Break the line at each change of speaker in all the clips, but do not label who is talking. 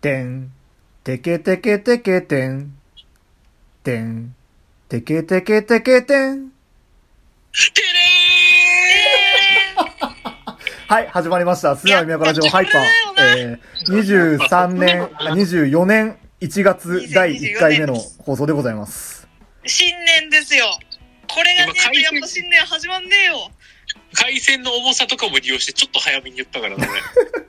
てん、てけてけてけてん、てん、てけてけてけてん。
てれーん
はい、始まりました。素直宮古ラジオハイパー。えー、23年、あ24年1月第1回目の放送でございます。
新年ですよ。これがねえとやっぱ新年始まんねえよ。
回線の重さとかも利用して、ちょっと早めに言ったからね。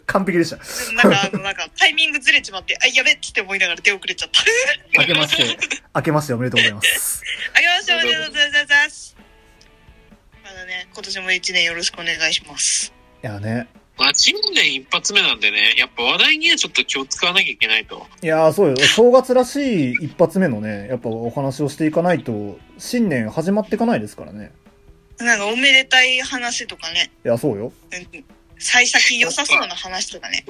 完璧でした。
でもなんか、あの、なんか、タイミングずれちまって、あ、やべっつって思いながら手遅れちゃった。
明けまして。
明けましておめでとうございます。
ありましょうございます。まだね、今年も一年よろしくお願いします。
いやね。
まあ、新年一発目なんでね、やっぱ話題にはちょっと気を使わなきゃいけないと。
いやー、そうよ。正月らしい一発目のね、やっぱお話をしていかないと、新年始まっていかないですからね。
なんか、おめでたい話とかね、
いや、そうよ。
うん幸先良さそうな話とかね。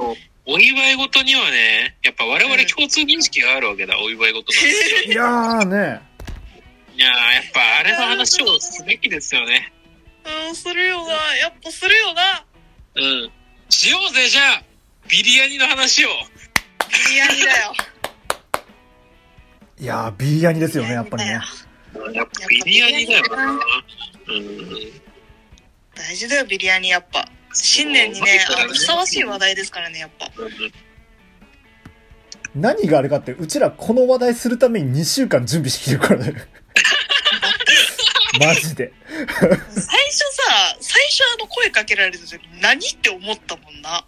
お祝い事にはね、やっぱ我々共通認識があるわけだ、お祝い事なん ですよ。
いやーね。
いやー、やっぱあれの話をすべきですよね。
うん、するよな。やっぱするよな。
うん。しようぜ、じゃあビリヤニの話を。
ビリヤニだよ。
いやー、ビリヤニですよね、やっぱりね。
やっぱビリヤニだよな。うん。
大事だよ、ビリヤニやっぱ。新年にね、あの、ふさわしい話題ですからね、やっぱ。
何があれかって、うちらこの話題するために2週間準備してきてるからね。マジで。
最初さ、最初あの声かけられた時何って思ったもんな。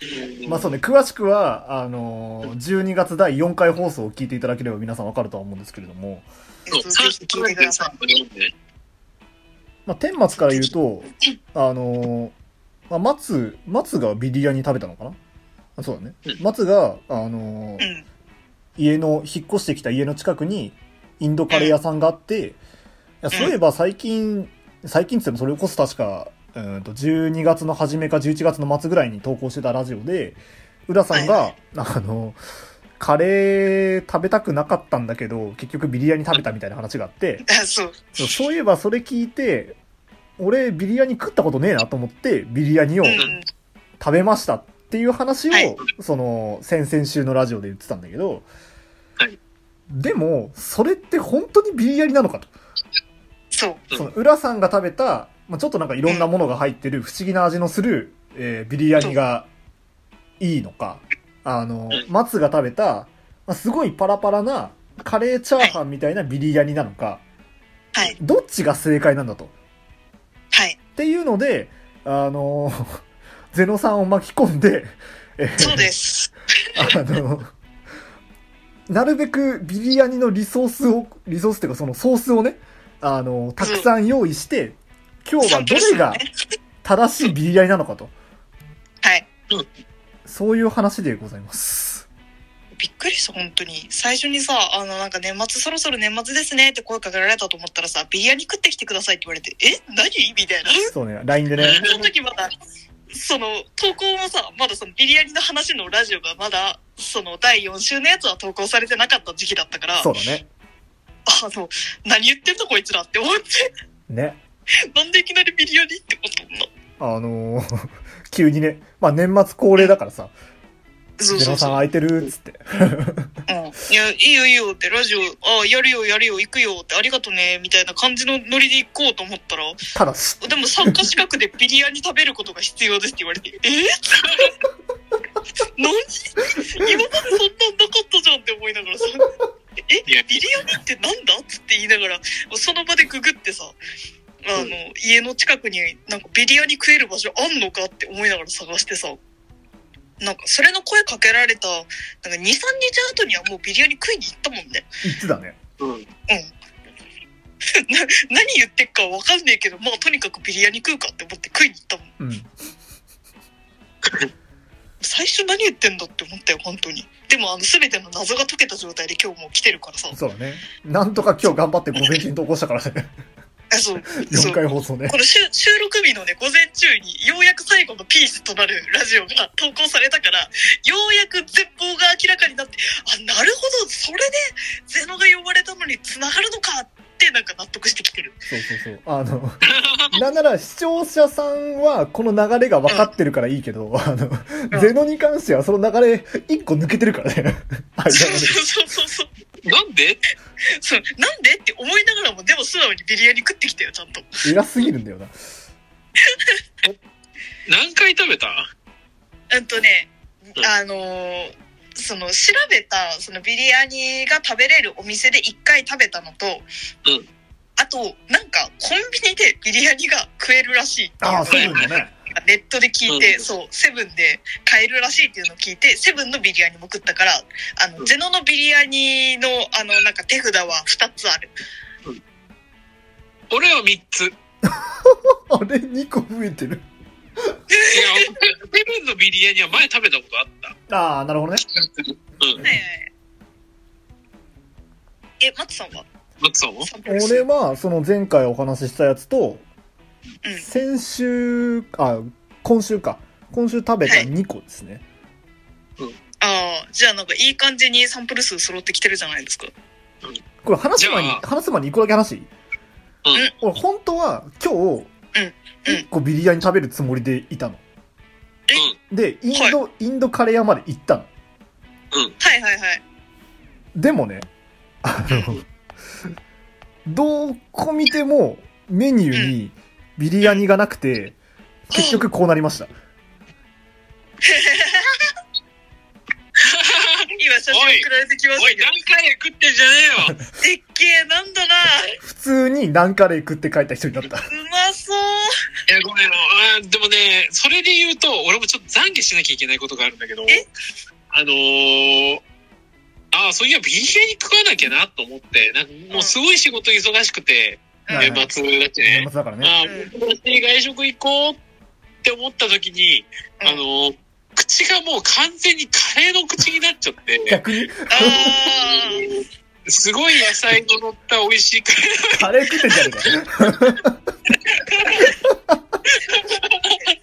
まあそうね、詳しくは、あのー、12月第4回放送を聞いていただければ皆さんわかるとは思うんですけれども、
えっと、ぜひ聞いてください。
まあ、天末から言うと、あのー、まあ、松、松がビリヤニ食べたのかなあそうだね
う。ん
松が、あのー
う、ん。
家の、引っ越してきた家の近くに、インドカレー屋さんがあって、いやそういえば最近、最近っつってもそれこそ確か、うんと、12月の初めか11月の末ぐらいに投稿してたラジオで、浦さんが、あの、カレー食べたくなかったんだけど、結局ビリヤニ食べたみたいな話があって、
あ、そう。
そうそういえばそれ聞いて、俺ビリヤニ食ったことねえなと思って、ビリヤニを
うんうん。
食べましたっていう話を、
はい
その、先々週のラジオで言ってたんだけど、
はい
でも、それって本当にビリヤニなのかと。
そう。
うん
その、浦さんが食べた、まあ、ちょっとなんかいろんなものが入ってる不思議な味のする、えービリヤニがいいのか、あの
う、
松が食べた、まあ、すごいパラパラなカレーチャーハンみたいなビリヤニなのか、
はい。
どっちが正解なんだと。
はい。
っていうので、あの、 ゼノさんを巻き込んで、えー
そうです。
あの、なるべくビリヤニのリソースを、リソースっていうかそのソースをね、あの、たくさん用意して、今日はどれが正しいビリヤニなのかと、
はい。
そういう話でございます。
びっくりした、本当に。最初にさ、あの、なんか年末そろそろ年末ですねって声かけられたと思ったらさ、ビリヤニ食ってきてくださいって言われて、え何みたいな。
そうね、LINE でね、
その時まだ、その、投稿もさ、まだそのビリヤニの話のラジオがまだ、その第4週のやつは投稿されてなかった時期だったから、
そうだね。
あの、何言ってんのこいつらって思って、
ね。
なんでいきなりビリヤニってことな。
あの ー急にね、まあ年末恒例だからさ、
そう
ゼ
そ
ノ
うそ
さん
う。
空いてるっつって。
うん。いや、いいよいいよって、ラジオ、ああ、やるよやるよ、行くよって、ありがとね、みたいな感じのノリで行こうと思ったら、
ただし、
でも参加資格でビリヤニ食べることが必要ですって言われて、え 何 今までそんなんなかったじゃんって思いながらさ、え
いや
ビリヤニってなんだつって言いながら、その場でググってさ、あの、家の近くになんかビリヤニ食える場所あんのかって思いながら探してさ、なんかそれの声かけられた、なんか2、3日後にはもうビリヤニ食いに行ったもんね。
一だね。
うん。
な何言ってっかわかんねえけど、まあとにかくビリヤニ食うかって思って食いに行ったもん。
うん。
最初何言ってんだって思ったよ本当にでもあの全ての謎が解けた状態で今日もう来てるからさ
そうだね。なんとか今日頑張って午前中に投稿したからね。
えそうそ
4
う
回放送ね。
この収収録日のね午前中にようやく最後のピースとなるラジオが投稿されたからようやく絶望が明らかになってあなるほどそれでゼノが呼ばれたのに繋がるのかってなんか納得してきてる
そうそうそう。あの、なんなら視聴者さんはこの流れが分かってるからいいけど、あの、
うん
ゼノに関してはその流れ一個抜けてる からね。はい、
そうそうそうそう。
なんで
そうなんでって思いながらも、でも素直にビリヤニ食ってきたよ、ちゃんと。
偉すぎるんだよな。
何回食べた
うんとね
う、ん
あのーその調べたそのビリヤニが食べれるお店で1回食べたのと、
うん
あとなんかコンビニでビリヤニが食えるらしいっていうの
あ
が
あ、そうなんだね。
ネットで聞いて、
うん
そうセブンで買えるらしいっていうのを聞いてセブンのビリヤニも食ったからあの、
うん
ゼノのビリヤニのあのなんか手札は2つある
俺は3つ。いや、
あれ、2個増えてる。
俺セブンのビリヤニは前食べたことあった。
ああ、なるほどね。
うん。
はいはいはいえマツさんは
マツさんは
サンプル数
俺は、その前回お話ししたやつと、
うん
先週、あ、今週か。今週食べた
はい
2個ですね。
ああ、じゃあなんかいい感じにサンプル数揃ってきてるじゃないですか。
これ話す前に
じゃ、あ
話す前に1個だけ話いい
うん
俺、本当は今日、1個ビリヤニ食べるつもりでいたの。で、インド、インドカレー屋まで行ったの。
はいはいはい。
でもね、あの、どこ見てもメニューにビリヤニがなくて、結局こうなりました。
今写真送られてきました
おい、
けど
何。回食ってんじゃねえよ。
でっけえ、なんだな。
普通に何カレー食って帰った人になった。
うまそう。
いや、ごめんあーでもね、それで言うと、俺もちょっと懺悔しなきゃいけないことがあるんだけど、
え
あのー、ああ、そういや、ビリヤニ食わなきゃなと思って、なんかもうすごい仕事忙しくて、
うん
年末だって
年末、
ね
だからね。
ああ、もう今年外食行こうって思った時に、
うん
あのー、口がもう完全にカレーの口になっちゃ って、
逆に、
ああ。
すごい野菜の乗った美味しいカ
カレ
レー
ー食ってんじゃねえか。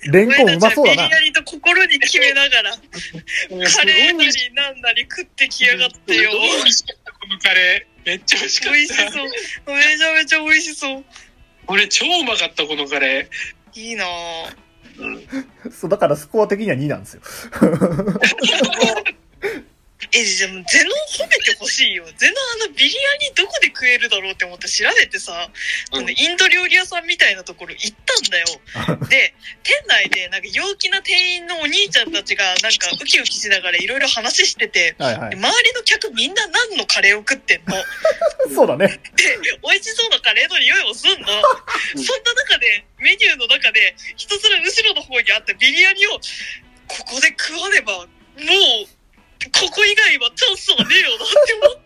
レンコンうまそうだ
俺たちはビ
な
リ。ヤニと心に決めながら、カレーなりなんなり食ってきやがってよ。
美味しかった、このカレー。めっちゃ美味しか
美
った。
味しそう。めちゃめちゃ美味しそう。
俺超うまかった、このカレー。
いいなぁ。
そう、だからスコア的には2なんですよ。
え、じゃあもうゼノン褒めてほしいよ。ゼノンあのビリヤニどこで食えるだろうって思って調べてさ、あ
うん
のインド料理屋さんみたいなところ行ったんだよ。で、店内でなんか陽気な店員のお兄ちゃんたちがなんかウキウキしながらいろいろ話してて、
はいは
で
い。
周りの客みんな何のカレーを食ってんの
そうだね。
美味しそうなカレーの匂いをすんの。
うん
そんな中で、メニューの中で、ひたすら後ろの方にあったビリヤニを、ここで食わねば、もう、ここ以外はチャンスはねえよなって思って、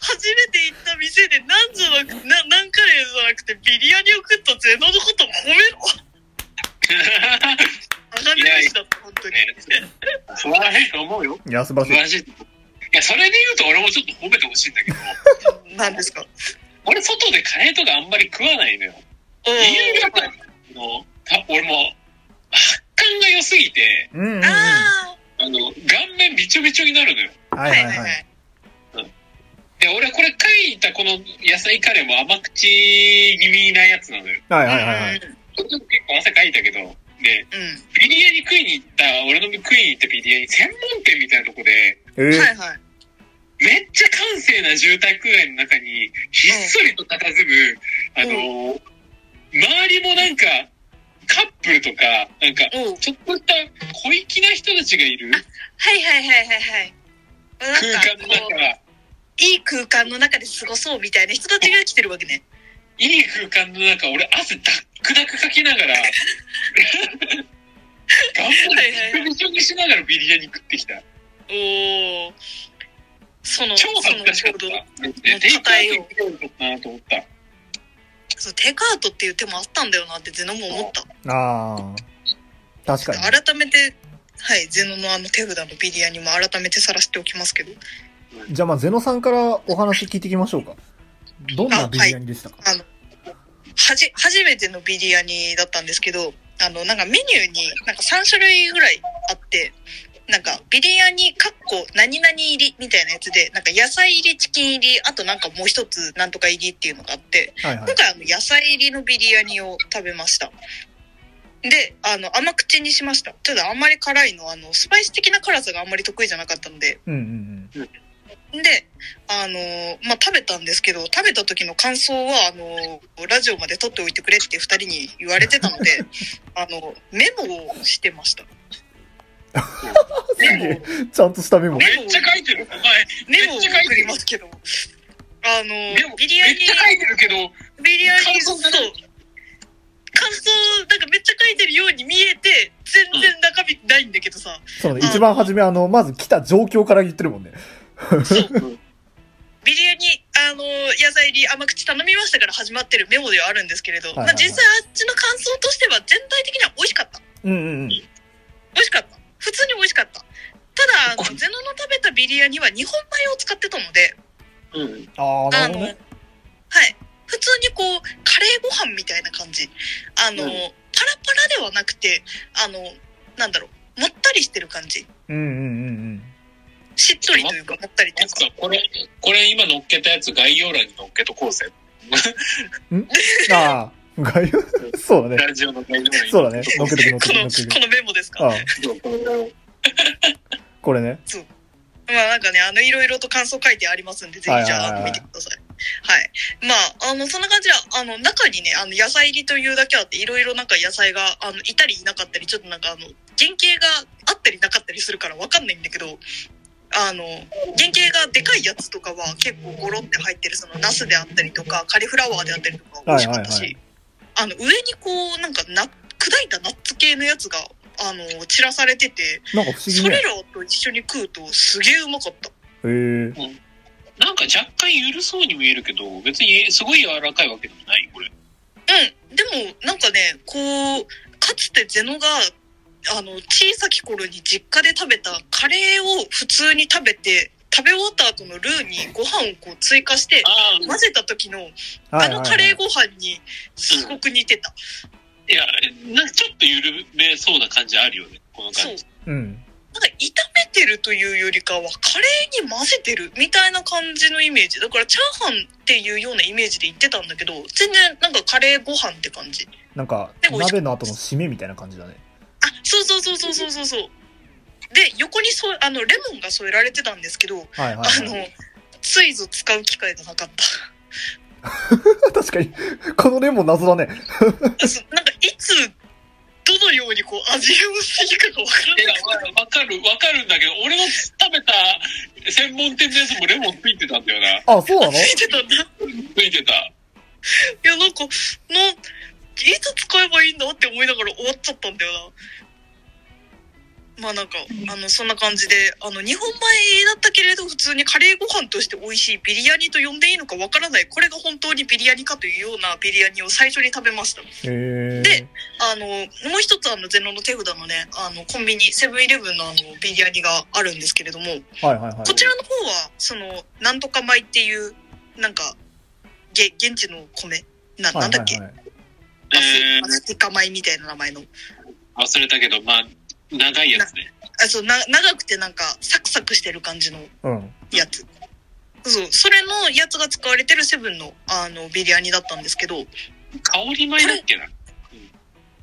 初めて行った店で、なんじゃなく、な、なんカレーじゃなくて、ビリヤニを食ったゼノのこと褒めろ。あがり飯だった、本当に。
素晴らしいと思うよ。
いや、素晴らし
素晴
い。
らしい。いや、それで言うと俺もちょっと褒めてほしいんだけど、
なんですか。
俺外でカレーとかあんまり食わないのよ。
うん
理由がやっぱりあのた俺も、発汗が良すぎて、
うんうんうん。は
あ
あの、顔面びちょびちょになるのよ。
い
あ、
は
はい
い
はいは
はい。
い。
で、俺これ書いたこの野菜カレーも甘口気味なやつなのよ。
はいはいはいはい。
ちょっと結構汗かいたけど、で、
うん。
ビリヤニ食いに行った、俺の食いに行ったビリヤニ専門店みたいなとこで、
え
うん。
ー
はいはい。
めっちゃ閑静な住宅街の中に、ひっそりと佇む、あのー、周りもなんか、カップルとか、なんか、
うん。
ちょっとした小粋な人たちがいる
はいはいはいはいはい。
空
なん
間
か
の
こう
中、
いい空間の中で過ごそうみたいな人たちが来てるわけね。
いい空間の中、俺汗ダックダックかきなが ら、頑張
はいはい
って、びしょびしょにしながらビリヤニ食ってきた。
おお。その、そ
超
の
恥ずかしかっ
行動
た。で、テイクアウト行こうかなと思った。
そう、テイクアウトっていう手もあったんだよなってゼノも思った。
ああ。確かに。
改めて、はい、ゼノのあの手札のビリヤにも改めて晒しておきますけど、
じゃあまあ、ゼノさんからお話聞いていきましょうか。どんなビリヤニでしたか、
あの、はじ、初めてのビリヤにだったんですけど、あの、なんかメニューになんか3種類ぐらいあって、なんかビリヤに、かっこ、何々ニ入りみたいなやつで、なんか野菜入り、チキン入り、あとなんかもう一つなんとか入りっていうのがあって、
はいは
今
い。
回あの野菜入りのビリヤニを食べました。で、あの甘口にしました。ただあんまり辛いの、あのスパイス的な辛さがあんまり得意じゃなかったので、
うんうん
で、あのーまあ、食べたんですけど、食べた時の感想は、あのーラジオまで撮っておいてくれって二人に言われてたので、あの、メモをしてました。メモを、
うん。ちゃんとしたメモ。
めっちゃ書いてる。お前、
メモを送りますけど、あの
メモ
ービリヤ
め
ニ
っちゃ書いてるけど、
ビリヤニそ
感想が
う
ない
感想、なんかめっちゃ書いてるように見えて、全然中身ないんだけどさ、
そうね、一番初め、あの、まず来た状況から言ってるもんね。
ビリヤニ、あの、野菜入り甘口頼みましたから始まってるメモではあるんですけれど、
はいはい
まあ実際あっちの感想としては全体的には美味しかった。
うんうんうん。
美味しかった。普通に美味しかった。ただ、あの、ゼノの食べたビリヤニは日本米を使ってたので、
うん。
ああ、な
あ
るほ
の、
ど
はい
ね。。
普通にこう、カレーご飯みたいな感じ。あの、
うん
パラパラではなくて、あの、なんだろう、もったりしてる感じ。
うんうんうん
しっとりというか、もったりとい
や
う
つ
か。
か、これ、これ今乗っけたやつ概要欄に乗っけとこうぜ。
うん。ああ、概要、 そうだね。
ラジオの概要欄に。
そうだね。乗っけとく乗っけ
こと
く
の、
乗っけと
このメモです
く。
か
ああ、これね。
まあなんかね、あの、いろいろと感想書いてありますんで、ぜひじゃ
はいはい
あ、
はい
あの見てください。はい。まあ、あの、そんな感じで、あの、中にね、あの、野菜入りというだけあって、いろいろなんか野菜が、あの、いたりいなかったり、ちょっとなんかあの、原型があったりなかったりするからわかんないんだけど、あの、原型がでかいやつとかは結構ゴロって入ってる、その、ナスであったりとか、カリフラワーであったりとか、美味しかったし、
はいはい
あの、上にこう、なんかな、砕いたナッツ系のやつが、あの、散らされてて、
なんか不思議
それ
ね。
らと一緒に食うとすげえうまかった。
へえ。
なんか若干緩そうに見えるけど、別にすごい柔らかいわけでもない、これ。
うん。でも、なんかね、こう、かつてゼノが、あの、小さき頃に実家で食べたカレーを普通に食べて、食べ終わった後のルーにご飯をこう追加して、
あ
混ぜた時の、
は
あ
いはい
の
はい
カレーご飯にすごく似てた。
いや、なんかちょっと緩めそうな感じあるよね、この
そう
感じ。。
うん。
なんか炒めてるというよりかは、カレーに混ぜてるみたいな感じのイメージ。だから、チャーハンっていうようなイメージで言ってたんだけど、全然なんかカレーご飯って感じ。
なんか、
でも美味しか
鍋の後の締めみたいな感じだね。
あ、そうそうそうそうそうそうそう。で、横にそう、あの、レモンが添えられてたんですけど、
はいはい、
あ
は
の、ついぞ使う機会がなかった
い。 確かに、このレモン謎だね。。
あ そうなんか、いつ、どのようにこう、味をしていいかがわから
い
な。
や、わかる、わかるんだけど、俺の食べた専門店のやつもレモンついてたんだよな。
あ、そうないの
つ いてたんだ。い
ついてた。
や、なんか、の、いつ使えばいいんだって思いながら終わっちゃったんだよな。まあなんか、あの、そんな感じで、あの、日本米だったけれど、普通にカレーご飯として美味しいビリヤニと呼んでいいのかわからない、これが本当にビリヤニかというようなビリヤニを最初に食べました。
へえ
で。あの、もう一つあの、ゼノの手札のね、あの、コンビニ、セブンイレブンのあの、ビリヤニがあるんですけれども、
はいはいはい。
こちらの方は、その、なんとか米っていう、なんか、げ、現地の米、な、
は
ない
はい
んだ
は
っけ、
い、
アス
え
アスティカ米みたいな名前の。
ー、忘れたけど、まあ、長いやつね。
あ、そう、な、長くてなんか、サクサクしてる感じの
うん。
やつ。そう、それのやつが使われてるセブンの、あの、ビリヤニだったんですけど、
香り米だっけな。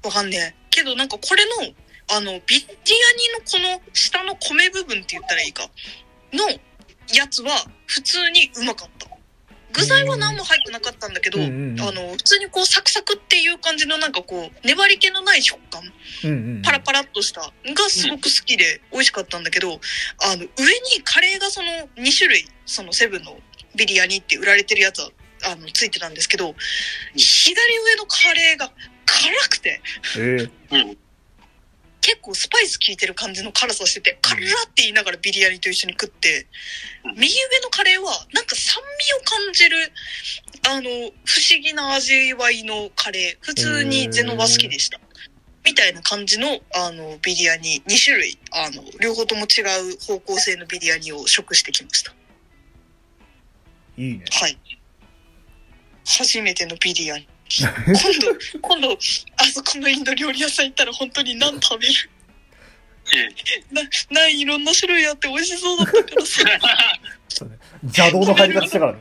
わかんねえ。けどなんかこれの、あの、ビッティアニのこの下の米部分って言ったらいいか、のやつは普通にうまかった。具材は何も入ってなかったんだけど、
う
あ
んうんうん
の、普通にこうサクサクっていう感じのなんかこう、粘り気のない食感、
うんうん。
パラパラっとした、がすごく好きで美味しかったんだけど、あの、上にカレーがその2種類、そのセブンのビリヤニって売られてるやつは、あの、ついてたんですけど、左上のカレーが辛くて、
へえ。
うん。
結構スパイス効いてる感じの辛さしてて、辛って言いながらビリヤニと一緒に食って、
うん
右上のカレーはなんか酸味を感じる、あの、不思議な味わいのカレー。普通にゼノは好きでした。みたいな感じの、あの、ビリヤニ、2種類、あの、両方とも違う方向性のビリヤニを食してきました。
いいね。
はい。初めてのビリ ヤニ。今度、今度、あそこのインド料理屋さん行ったら本当に何食べるな、ないいろんな種類あって美味しそうだったからさ、
そうね邪道の入り方したから ね。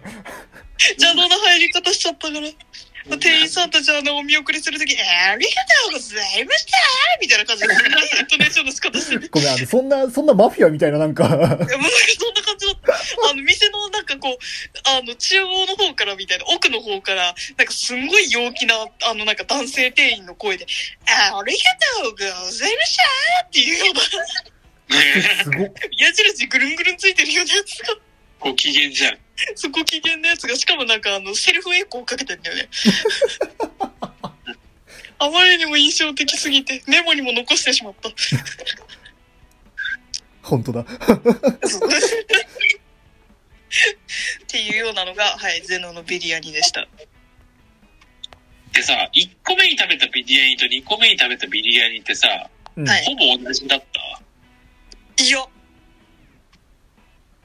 邪道な入り方しちゃったから。店員さんたちあの、お見送りするとき、ありがとうございましたみたいな感じで、すんごいイントネーションの仕方してて。
ごめん、あの、そんな、そんなマフィアみたいななんか
い、やもうなんかそんな感じだった。あの、店のなんかこう、あの、中央の方からみたいな、奥の方から、なんかすんごい陽気な、あの、なんか男性店員の声で、ありがとうございましたっていうような、
すごっ。
矢印ぐるんぐるんついてるようなやつが、
ご機嫌じゃん。
そこ機嫌のやつが、しかもなんかあの、セルフエコーかけてんだよね。 あまりにも印象的すぎて、メモにも残してしまった。
本当だ。
っていうようなのが、はい、ゼノのビリヤニでした。
でさ、1個目に食べたビリヤニと2個目に食べたビリヤニってさ、
うん
はい
ほぼ同じだった。
いや、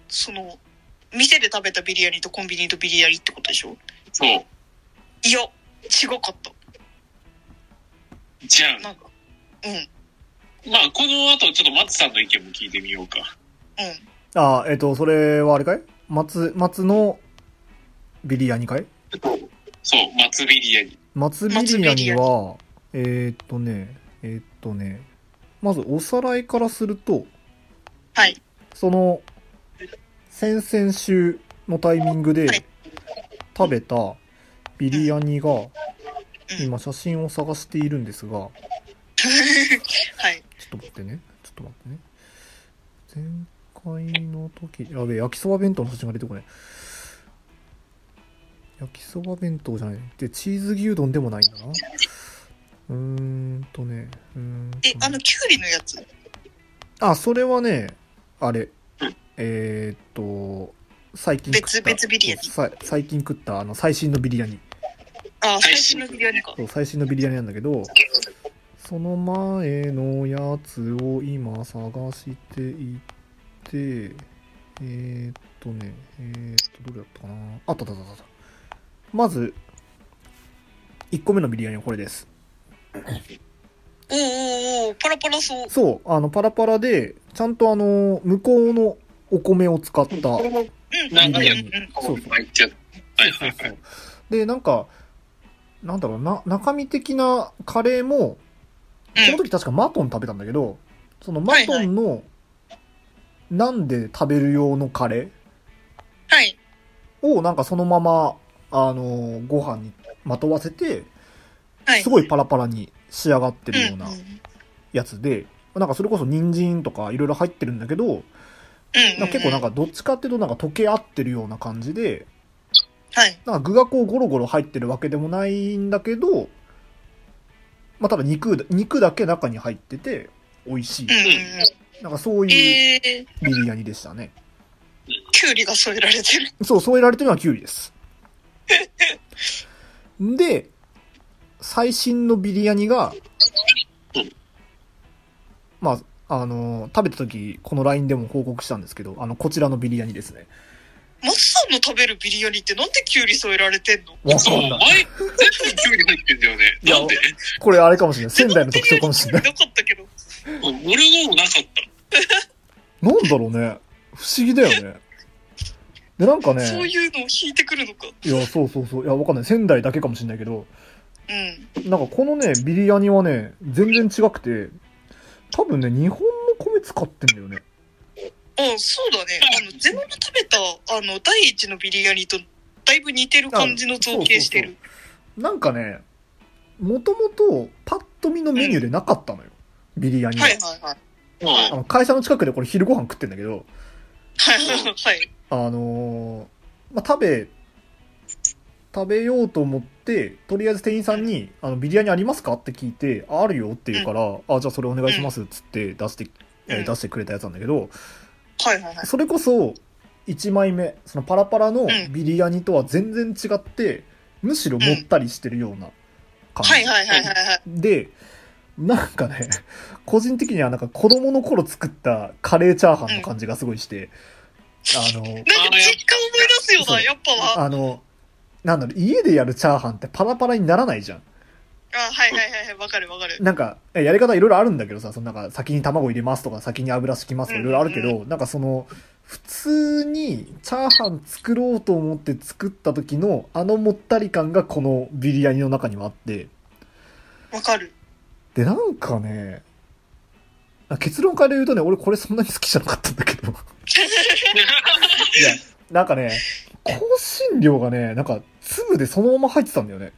その、店で食べたビリヤニとコンビニとビリヤニってことでしょ
そう。
いや、違かった。
じゃん。
なんか、うん、うん。
まあ、この後、ちょっと松さんの意見も聞いてみようか。
あ、えっ、と、それはあれかい松、松のビリヤニかい
そう、松ビリヤニ。
松ビリヤニは、えーっとね、えーっとね、まずおさらいからすると、
はい。
その、先々週のタイミングで
はい
食べたビリヤニが、今写真を探しているんですが、
はい。
ちょっと待ってね。ちょっと待ってね。前回の時、やべえ、焼きそば弁当の写真が出てこない。焼きそば弁当じゃない。で、チーズ牛丼でもないんだな。うーんとね、うーんと
え
ね、
あの、キュウリのやつ。は
あ、それはね、あれ、えーっと、最近食った。
別々ビリヤニ
さ最近食った、あの、最新のビリヤニ。
あ、最新のビリヤニか。
そう最新のビリヤニなんだけど、その前のやつを今探していて、えー、っとね、えー、っと、どれだったかなあったあったあったあった。まず、1個目のビリヤニはこれです。
おーおーおーパラパラそう。
そう、あの、パラパラで、ちゃんとあの、向こうのお米を使った。
うん。
なん
か
うん
や
うんうん。
そうそう
入っちゃう。はい
そ
は
う
い
そうで、なんか、なんだろうな、中身的なカレーも、この時確かマトン食べたんだけど、そのマトンの、なんで食べる用のカレ
はい。
ーをなんかそのまま、あのー、ご飯にまとわせて、
はい。
すごいパラパラに仕上がってるような
うん
やつで、なんかそれこそ人参とかいろいろ入ってるんだけど、
うん。
なんか結構なん
か、
かどっちかっていうとなんか溶け合ってるような感じで、
はい。
なんか具がこうゴロゴロ入ってるわけでもないんだけど、まあ、ただ肉、肉だけ中に入ってて、美味しい
うん。うんう。
なんかそうんいう
えー、
ビリヤニでしたね。
キュウリが添えられてる。
そう、添えられてるのはキュウリです。で、最新のビリヤニが、まあ、あの食べた時、この LINE でも報告したんですけど、あの、こちらのビリヤニですね。
マスさんの食べるビリヤニってなんでキュウリ添えられてんの
わか
そうん前、全
ない。
部キュウリ入ってんだよね。なんで
これあれかもしれない。仙台の特徴かもしれない。
なかった けど。
うん俺のもなかった。
なんだろうね。不思議だよね。で、なんかね、
そういうのを引いてくるのか。
いや、そうそうそう。いや、わかんない。仙台だけかもしれないけど、
うん。
なんかこのね、ビリヤニはね、全然違くて、多分ね、日本の米使ってんだよね。
あそうだね。あの、ゼノの食べた、あの、第一のビリヤニと、だいぶ似てる感じの造形してる。
なんかね、もともとパッと見のメニューでなかったのよ。ビリヤニは
はいはいはい。
あ
う
の会社の近くでこれ昼ご飯食ってんだけど、
はいはいはい。
あのーまあ、食べ、食べようと思って、とりあえず店員さんに、あの、ビリヤニありますかって聞いて、ああるよって言うから、あ、じゃあそれお願いしますっつって出して、えー
うん
出してくれたやつなんだけど、
はいはいはい。
それこそ、1枚目、そのパラパラの
ん
ビリヤニとは全然違って、むしろもったりしてるような感じ。
はいはいはいはいはい。
で、なんかね、個人的にはなんか子供の頃作ったカレーチャーハンの感じがすごいして、あの、
なんか実家思い出すよ
そう
な、やっぱは。
あの、なんだろう、家でやるチャーハンってパラパラにならないじゃん。
あ、はいはいはいはい、わかるわかる。
なんか、えやり方いろいろあるんだけどさ、そのなんか先に卵入れますとか、先に油敷きますとかいろいろあるけ
うん
ど、なんかその、普通にチャーハン作ろうと思って作った時のあのもったり感がこのビリヤニの中にはあって、
わかる。
で、なんかね、あ結論から言うとね、俺これそんなに好きじゃなかったんだけ ど。いや、なんかね、香辛料がね、なんか粒でそのまま入ってたんだよね。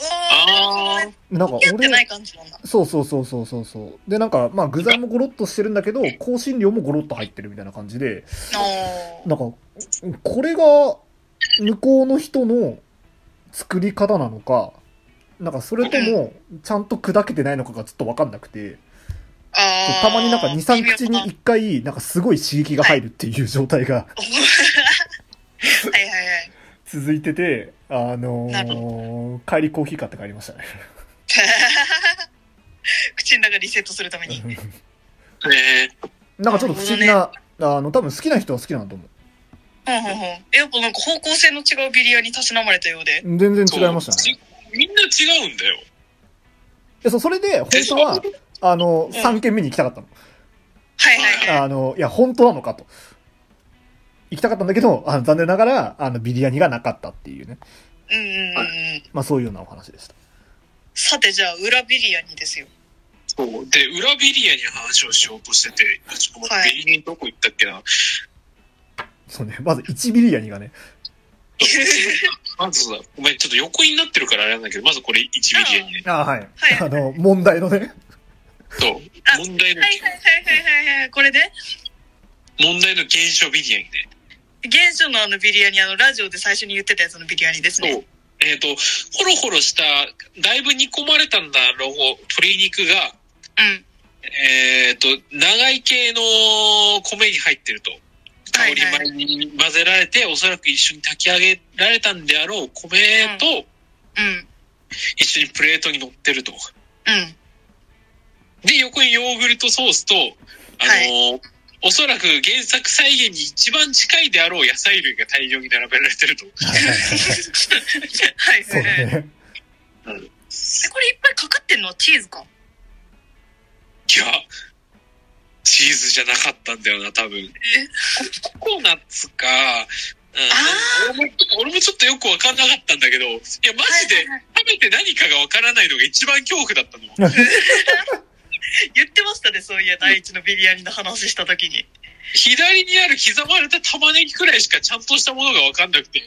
あ
あ
あ。
なんか
やって
俺、
ない感じなんだ。
そうそうそうそうそうそう。で、なんか、まあ具材もゴロッとしてるんだけど、香辛料もゴロッと入ってるみたいな感じで、
ああ。
なんか、これが向こうの人の作り方なのか、なんかそれとも、ちゃんと砕けてないのかがちょっとわかんなくて、
ああ。
たまになんか2、3口に
微妙だな。
1回、なんかすごい刺激が入るっていう状態が
はいはいはい。
続いてて、あの
なる
ー、帰りコーヒー買って帰りましたね。
口の中リセットするために。
ーえ
なんかちょっと不思議な、あの、多分好きな人は好きなんだと思う。
うんうんうん。やっぱなんか方向性の違うビリヤにたしなまれたようで。
全然
ー
違いましたね。
そうみんな違うんだよ。
でそうそれで、本当は、あの、
ん
3軒目に行きたかったの。
はいはいはい。
あの、いや、本当なのかと。行きたかったんだけど、あの残念ながら、あの、ビリヤニがなかったっていうね。
うんうんうんうん。
まあ、そういうようなお話でした。
さてじゃあ、裏ビリヤにですよ。
そう。で、裏ビリヤに話をしようとしてて、ちょっと
は
待っ
い
て、ビリヤにどこ行ったっけな。
そうね。まず1ビリヤニがね。
まずだ、ごめん、ちょっと横になってるからあれなんだけど、まずこれ1ビリヤにね。
あはい。
はい
あの、問題の ね。
そう
あ。
問題の
は、いはいはいはいはいはい。これで、
問題の現象ビリヤにね。
現象のあのビリヤニ、あの、ラジオで最初に言ってたやつのビリヤニです
そう
ね。。
えっ、と、ホロホロした、だいぶ煮込まれたんだろう、鶏肉が、
うん。
えっ、と、長い系の米に入ってると。
は
香
い
り
はい
前に混ぜられて、おそらく一緒に炊き上げられたんであろう米と
うん。
一緒にプレートに乗ってる と。
うん。
で、横にヨーグルトソースと、あのーおそらく原作再現に一番近いであろう野菜類が大量に並べられてると。
はいはいはい
はい
そう
はいはい。
だね。
え、これいっぱいかかってんのはチーズか。
いや、チーズじゃなかったんだよな、多分。ココナッツか、うん、俺も俺もちょっとよくわかんなかったんだけど、いや、マジ
は
で
いはい
食べて何かがわからないのが一番恐怖だったの。
言ってましたね、そういや、第一のビリヤニの話した時に。
左にある刻まれた玉ねぎくらいしかちゃんとしたものがわかんなくて、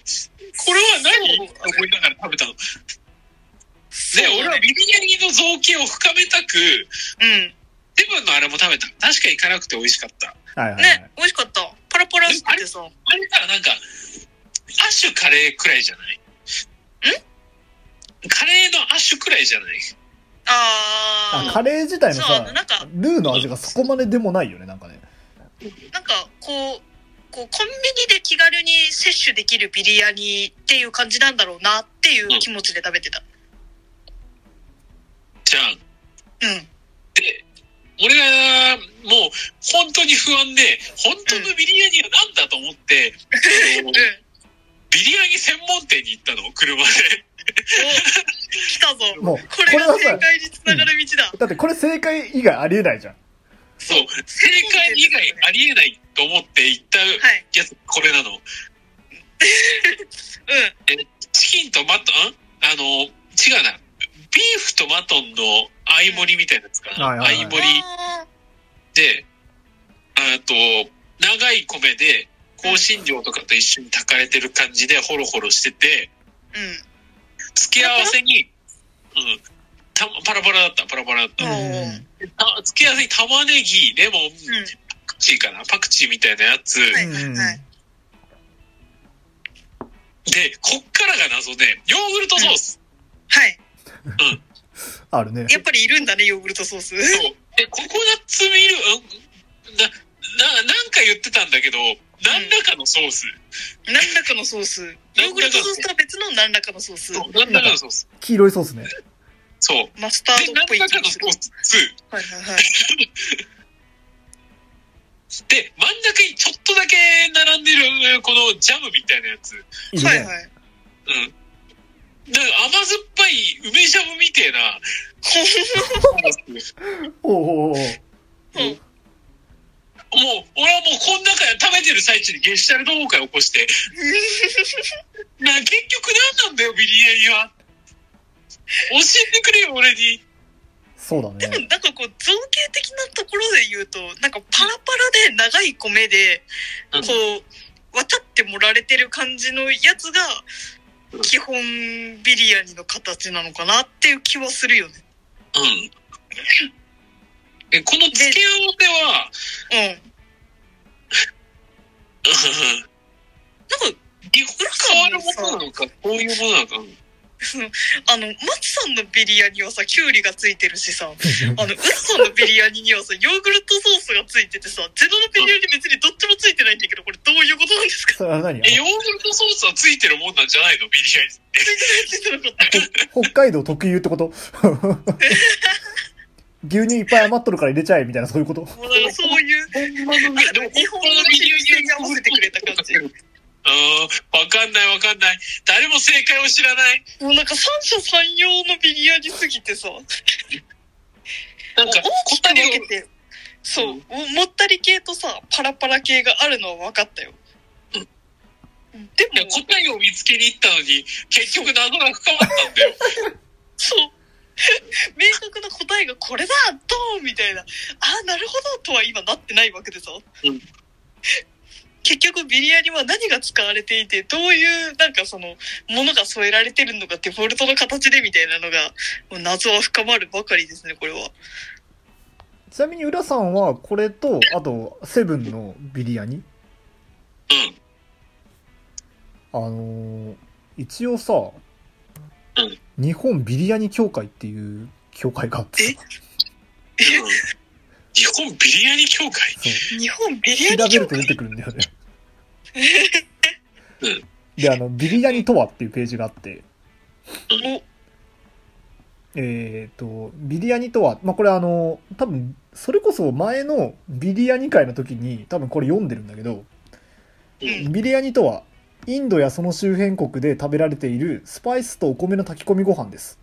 これは何って思いながら食べたの。で、俺はビリヤニの造形を深めたく、
うん。
セブンのあれも食べた。確かに辛くて美味しかった。
はいはいはい
ね。、美味しかった。パラパラしててさ。
あれさ、なんか、アッシュカレーくらいじゃないんカレーのアッシュくらいじゃない
あ
あ
ー。
カレー自体の
そう、あ
さ
の、、なんか、
ルーの味がそこまででもないよね、なんかね。
なんか、こう、こう、コンビニで気軽に摂取できるビリヤニっていう感じなんだろうなっていう気持ちで食べてた。
じゃん。
うん。
で、俺が、もう、本当に不安で、本当のビリヤニは何だと思って、あの
うん。お、
ビリヤニ専門店に行ったの、車で。
来たぞ。
もう、
これが
は
正
さ、
解につながる道だ。
だってこれ正解以外ありえないじゃん。
そう、正解以外ありえないと思って行った
はい。
やつ、これなの。
うん。
チキンとマトンんあの、違うな。ビーフとマトンの相盛りみたいなやつか
はい
な。
はいはい
相盛り。
あ
で、あと、長い米で、香辛料とかと一緒に炊かれてる感じでホロホロしてて、
ーうん。
付け合わせに、うん、たパラパラだった、パラパラだった。
うん
た付け合わせに玉ねぎ、レモン、
うん
パクチーかなパクチーみたいなやつ。
はい
うん
はい
で、こっからが謎で、ヨーグルトソース。
はい。
あるね。
やっぱりいるんだね、ヨーグルトソース。
そうで、ココナッツミル、うんな、な、なんか言ってたんだけど、何らかのソース。
何らかのソース。ヨーグルトソースとは別の何らかのソース。
そう何らかのソース。
黄色いソースね。
そう。
マスター
で、
ドっ
何
ぽい
ら
気
か
も
の
す
ソ
る。
ース。
はいはいはい。
で、真ん中にちょっとだけ並んでる、このジャムみたいなやつ。うん。
いる
はい
ね。
はい。
だから甘酸っぱいい梅ジャムみてえな。
おうおうおう
うん
もう、俺はもうこん中で食べてる最中にゲシュタルト崩壊を起こして、な、結局何なんだよ、ビリヤニは。教えてくれよ、俺に。
そうだ
でも
ね。
なんかこう造形的なところで言うとなんかパラパラで長い米で
う
こ
ん
う渡って盛られてる感じのやつが
うん
基本ビリヤニの形なのかなっていう気はするよね。
うん。え、この付け合わせは、
うん。なんか
基本変わるものなのか、こういうものなのか。うん
あの松さんのビリヤニはさキュウリがついて るしさあのウッソンのビリヤニにはさヨーグルトソースがついててさゼノのビリヤニ別にどっちもついてないんだけどこれどういうことなんですか
それは何
え、ヨーグルトソースはついてるもんなんじゃないの、ビリヤニ。
ついてなかった
ほ北海道特有ってこと 牛乳いっぱい余っとるから入れちゃえみたいなそういうこと
もうなんかそういう
でも
日本のビリヤニに合わせてくれた感じ。
うん、わかんないわかんない。誰も正解を知らない。
もうなんか三者三様のビリヤニすぎてさ、もう
なん
大
か、
きく
答え
分
を
けて、そ
う
う、
ん
もったり系とさ、パラパラ系があるのは分かったよ。
う
でも、
いや答えを見つけに行ったのに、結局謎が深まったんだよ。
そう。 明確な答えがこれだドーンみたいな。ああ、なるほどとは今なってないわけでさ。
うん
結局ビリヤニは何が使われていて、どういうなんかその、ものが添えられてるのかデフォルトの形でみたいなのが、もう謎は深まるばかりですね、これは。
ちなみに浦さんはこれとあとセブンのビリヤニ
うん。
あのー一応さ、
ん
日本ビリヤニ協会っていう協会があってさ
日本ビリヤニ協会
そう
日本ビリヤ
調べ
ニ協
ると出
会
てくるんだよね
うん。
で、あの、ビリヤニとはっていうページがあって、
も、
えっ、と、ビリヤニとは、まあ、これあの、多分、それこそ前のビリヤニ会の時に、多分これ読んでるんだけど、
うん、
ビリヤニとは、インドやその周辺国で食べられているスパイスとお米の炊き込みご飯です。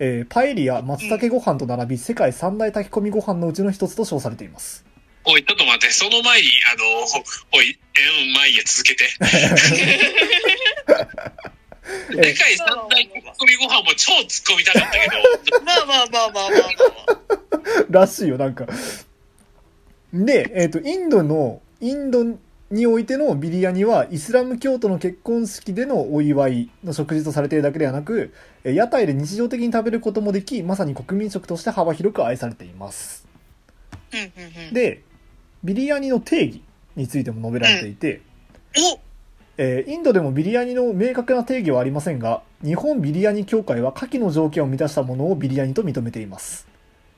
えーパエリア、松茸ご飯と並び、世界三大炊き込みご飯のうちの一つと称されています。
おい、ちょっと待って、その前に、あの、ほおい、えうん、まあいいや、続けて。
え
でかい三大ツッコミご飯も超ツッコみたかったけど、
まあまあまあまあまあまあ。
らしいよ、なんか。で、えっ、と、インドの、インドにおいてのビリヤニは、イスラム教徒の結婚式でのお祝いの食事とされているだけではなく、えー屋台で日常的に食べることもでき、まさに国民食として幅広く愛されています。
うんうんうん。
で、ビリヤニの定義についても述べられていて、
お
えーインドでもビリヤニの明確な定義はありませんが、日本ビリヤニ協会は下記の条件を満たしたものをビリヤニと認めています。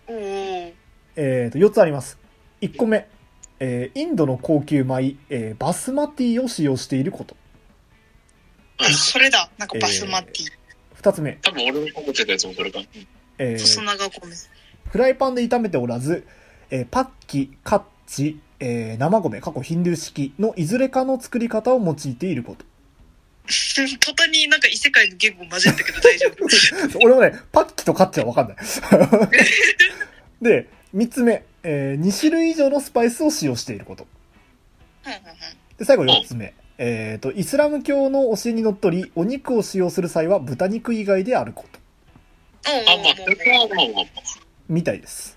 おー
えーと、4つあります。1個目、えーインドの高級米、えーバスマティを使用していること。
あそれだ。なんかバスマティ。
2つ目、
多分俺の思ってたやつもそれか。
えー
細長米。
フライパンで炒めておらず、えーパッキ、カッチ、えー生米、過去ヒンドゥー式のいずれかの作り方を用いていること。
途端になんか異世界の言語混じったけど大丈 夫。
俺もね、パッキとカッチは分かんない。で、3つ目、え2種類以上のスパイスを使用していること。
うんうんうん
で、最後4つ目。えっ、と、イスラム教の教えにのっとり、お肉を使用する際は豚肉以外であること。
お
あ、
ー
まあ、それはまあまあまあ。
みたいです。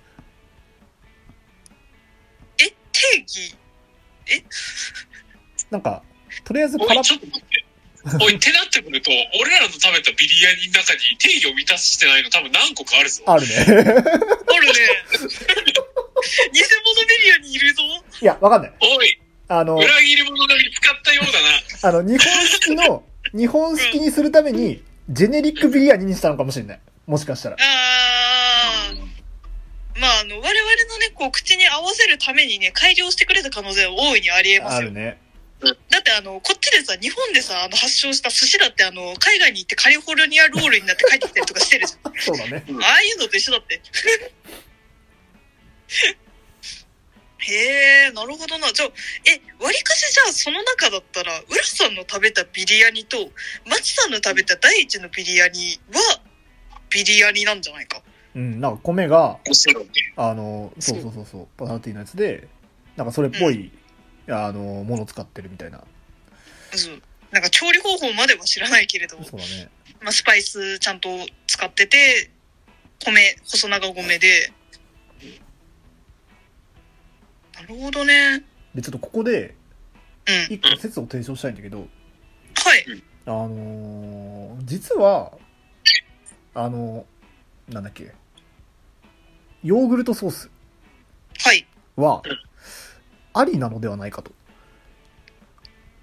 え、定義
なんか、とりあえず
お
パラ
い、ちょっと待って。おい、ってなってくると、俺らの食べたビリヤニの中に定義を満たしてないの多分何個かあるぞ。
あるね。
あるね。偽物メディアにいるぞ。
いや、わかんない。
おい、
あの
裏、切り者が見つかったようだな。
あの、日本式の、日本式にするために、ジェネリックビリヤニにしたのかもしれない。もしかしたら。
あー。まあ、あの、我々のね、こう、口に合わせるためにね、改良してくれた可能性は大いにありえま
あ
すよ
る。ね。
だってあの、こっちでさ、日本でさ、あの、発祥した寿司だってあの、海外に行ってカリフォルニアロールになって帰ってきたりとかしてるじゃん。
そうだね。
ああいうのと一緒だって。 へえ、なるほどな。じゃあ、え、割かしじゃあその中だったら、浦さんの食べたビリヤニと、マチさんの食べた第一のビリヤニは、ビリヤニなんじゃないか。
うん、なんか米が、
おそらくね。
あの、そうそうそうそう、パターティーのやつで、なんかそれっぽい、あの、もの使ってるみたいな。
そう。なんか調理方法までは知らないけれど、
そうだね。
まあ、スパイスちゃんと使ってて、米、細長米で。なるほどね。
で、ちょっとここで、
うん。
一個説を提唱したいんだけど、
はい。
あのー実は、あのーなんだっけ、ヨーグルトソース
はい。
は、ありなのではないかと。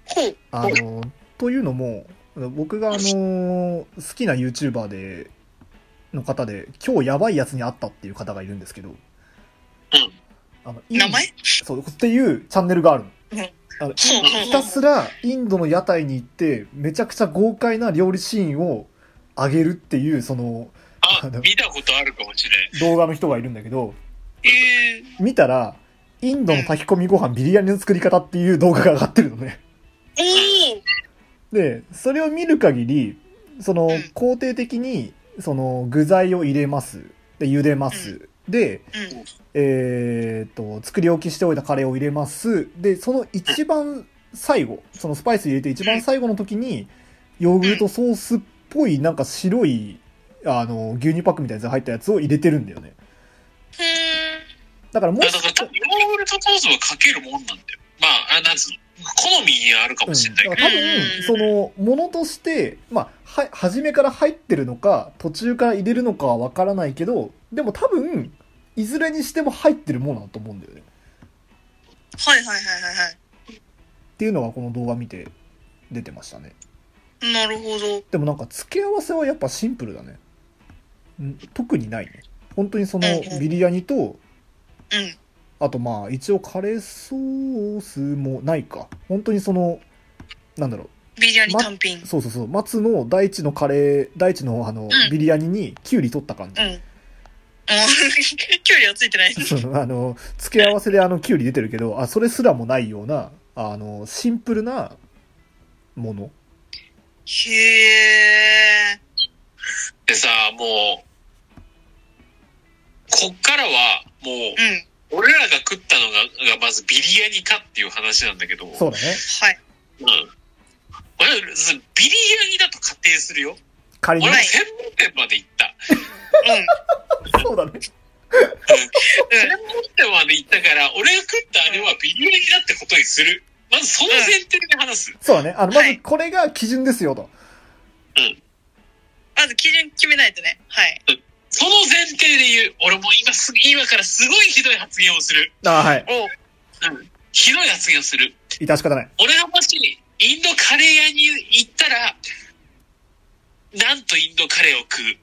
ほう。
あのというのも僕があの好きな YouTuber での方で今日やばいやつに会ったっていう方がいるんですけど、あのイン
名前
そうっていうチャンネルがあるの
うん
あの
そう
ひたすらインドの屋台に行ってめちゃくちゃ豪快な料理シーンを上げるっていうその
あ、見たことあるかもしれん。
動画の人がいるんだけど
ええ
見たらインドの炊き込みご飯ビリヤニの作り方っていう動画が上がってるのね
おお
で、それを見る限り、その
うん、
肯定的に、その、具材を入れます。で、茹でます。で、
うん。
えーっと、作り置きしておいたカレーを入れます。で、その一番最後、そのスパイス入れて一番最後の時に、ヨーグルトソースっぽい、なんか白い、あの、牛乳パックみたいなやつが入ったやつを入れてるんだよね。
ふーん。
だからも
だ
し、
から多分ヨーグルトソースはかけるもんなんだよ。まあ、あなんつうの、好みにあるか
う
も
ん、
しれ
だ
ない
か
け
ら
ど、
多分、その、ものとして、まあ、は、初めから入ってるのか、途中から入れるのかはわからないけど、でも多分、いずれにしても入ってるものだと思うんだよね。
はいはいはいはいは
っていうのがこの動画見て出てましたね。
い。なるほど。
でもなんか、付け合わせはやっぱシンプルだね。うん、特にないね。本当にその
うんうん、
ビリヤニと、
うん。
あとまあ、一応カレーソースもないか。本当にその、なんだろう。
ビリヤニ単品。
そうそうそう松の大地のカレー大地のあの
ん
ビリヤニにキュウリ取った感
う
じ、
ん。うん。キュウリはついてない。
そう あの付け合わせであのキュウリ出てるけどあそれすらもないようなあのシンプルなもの
へえ。
でさ、もう、こっからは、も
う
う、
ん。
俺らが食ったのが、がまずビリヤニかっていう話なんだけど、
そうだね
はい。
うん。俺ら、ビリヤニだと仮定するよ。
仮に
俺
ね
も
はい
専門店まで行った。
うん。
そうだね
専門店まで行ったから、俺が食ったあれはビリヤニだってことにする。まずその前提で話す。
そうだねあのま
は
ず
い
これが基準ですよと、
まず基準決めないとね。はい。
その前提で言う。俺もう今すぐ、今からすごいひどい発言をする。
ああはい
おう
ひどい発言をする。
致し方ない
俺がもし、インドカレー屋に行ったら、なんとインドカレーを食う。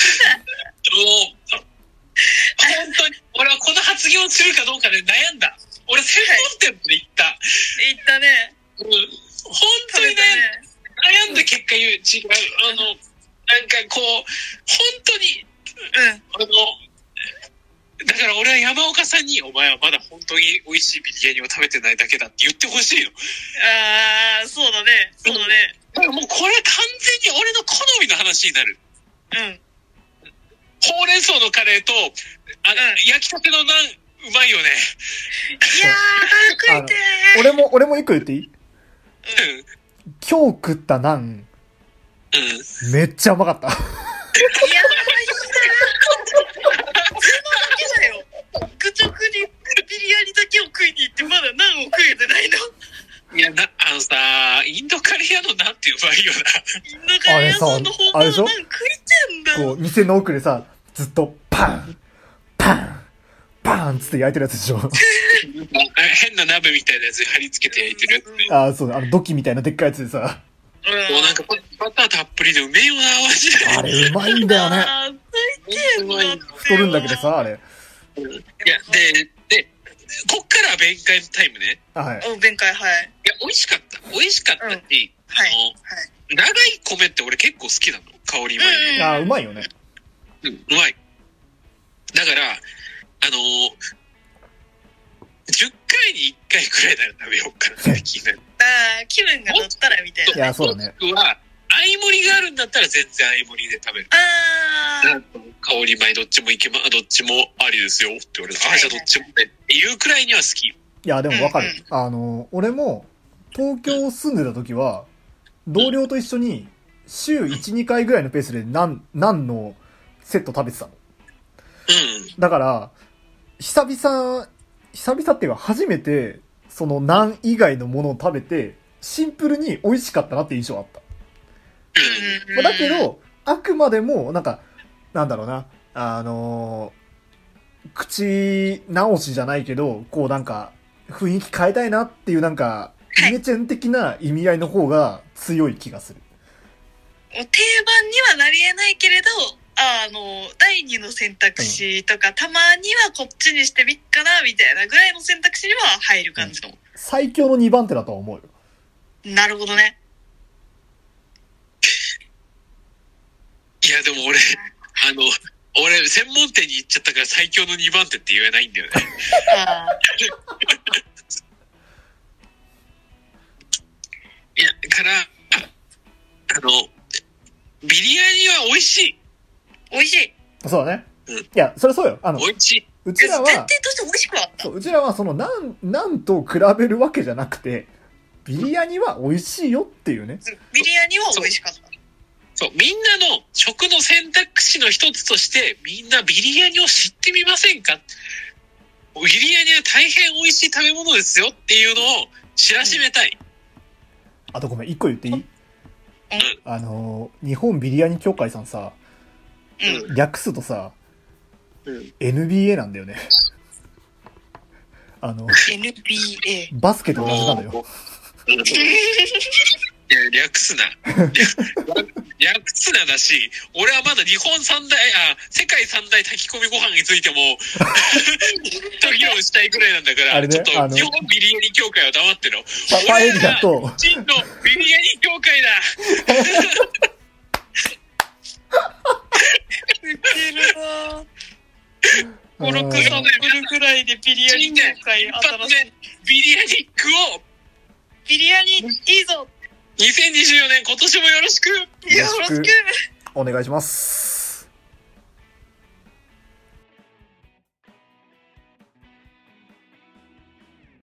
もう、本当に、俺はこの発言をするかどうかで悩んだ。俺、専門店まで行った。
言ったね。
うん本当
食
に
べた
悩んだ。悩ん
ね。
だ結果言う、違う、あの、なんかこう、本当に、
う
あ
ん。
の、だから俺は山岡さんに、お前はまだ本当に美味しいビリヤニを食べてないだけだって言ってほしいの。
ああ、そうだね。そうだね。
だからもうこれ完全に俺の好みの話になる。
うん。
ほうれん草のカレーと、あ焼きたてのナン、うまいよね。
いやー、食いてー。
俺も俺も一個言っていい
うん。
今日食ったナン
うん。
めっちゃうまかった
いやー、言ったー。そのだけだよ。愚直にビリヤニだけを食いに行って、まだ何を食えてないの。
いや、な、あのさ、インドカレー屋のナンってうまいよな。
インドカレー屋さんの本場
あ
の
れさ
何食
あれで
いてんだ
こう店の奥でさずっとパンパンパンっつって焼いてるやつで しょ
あ変な鍋みたいなやつに貼り付けて焼いてるやつね。
ああ、そう、あの、土器みたいなでっかいやつでさ、
もうなんかバターたっぷりでうめえよな、マジで。
あれうまいんだよね。
あー
うまいよ
太るんだけどさ、あれ。
いや、で、で、こっからは弁解タイムね。
はい。
お弁解はい
いや、美味しかった。美味しかったし、あ
はい
の、長い米って俺結構好きなの。香りもいいね
あーうまいよね。
うんうまい。だから、あのー10回に1回くらいなら食べよ うかなって気になる。
あー気分が乗ったらみたい
い
な。
や、そうだね。
僕は、相盛りがあるんだったら全然相盛りで食べる。
あー
香り米どっちもいけま、どっちもありですよって言われた。あ、じゃあどっちもね。っていうくらいには好き。
いや、でもわかる
うんうん。
あの、俺も、東京住んでた時は、同僚と一緒に、週1、2回ぐらいのペースで何、何のセット食べてたの。
うん。
だから、久々、久々っていうか初めて、その何以外のものを食べて、シンプルに美味しかったなっていう印象があった。
うん
まあだけ、ど、あくまでも、なんか、なんだろうな、あのー口直しじゃないけど、こうなんか、雰囲気変えたいなっていうなんか、
はい
イメチェン的な意味合いの方が強い気がする。
定番にはなり得ないけれど、あの、第二の選択肢とか、たまにはこっちにしてみっかな、みたいなぐらいの選択肢には入る感じの。
最強の2番手だとは思うよ。
なるほどね。
いや、でも俺、あの、俺、専門店に行っちゃったから最強の2番手って言えないんだよね。
あ
いや、から、あの、ビリヤニは美味しい。
ー美味しい。
そうだね。
うん
いや、それそうよ。あの、
美味しい。
うちら
前提
は
と、して美味しくはあった。
そううちらはその、なん、なんと比べるわけじゃなくて、ビリヤニは美味しいよっていうね。
ビリヤニは美味しかった。
そう、みんなの食の選択肢の一つとして、みんなビリヤニを知ってみませんかビリヤニは大変美味しい食べ物ですよっていうのを知らしめたい。
あとごめん、一個言っていいあのー、日本ビリヤニ協会さんさ、
うん。
略すとさ、
うん。
NBA なんだよね。 あの、
NBA。
バスケと同じなんだよ。
うんいや略すな。略すなだし、俺はまだ日本三大、あ、世界三大炊き込みご飯についても、 ちょっと議論したいくらいなんだから、
あれね
ちょっ
あの
と日本ビリヤニ協会は黙ってろ。
パパエリア
俺
と
ら、真のビリヤニ協会だ。
売ってるわ。
う
56
ん
のね
売るくらいでビリヤニ協会
一発
新しい
で。ビリヤニックを
ビリヤニいいぞ
2024年今年もよろしく
よろしく
お願いします。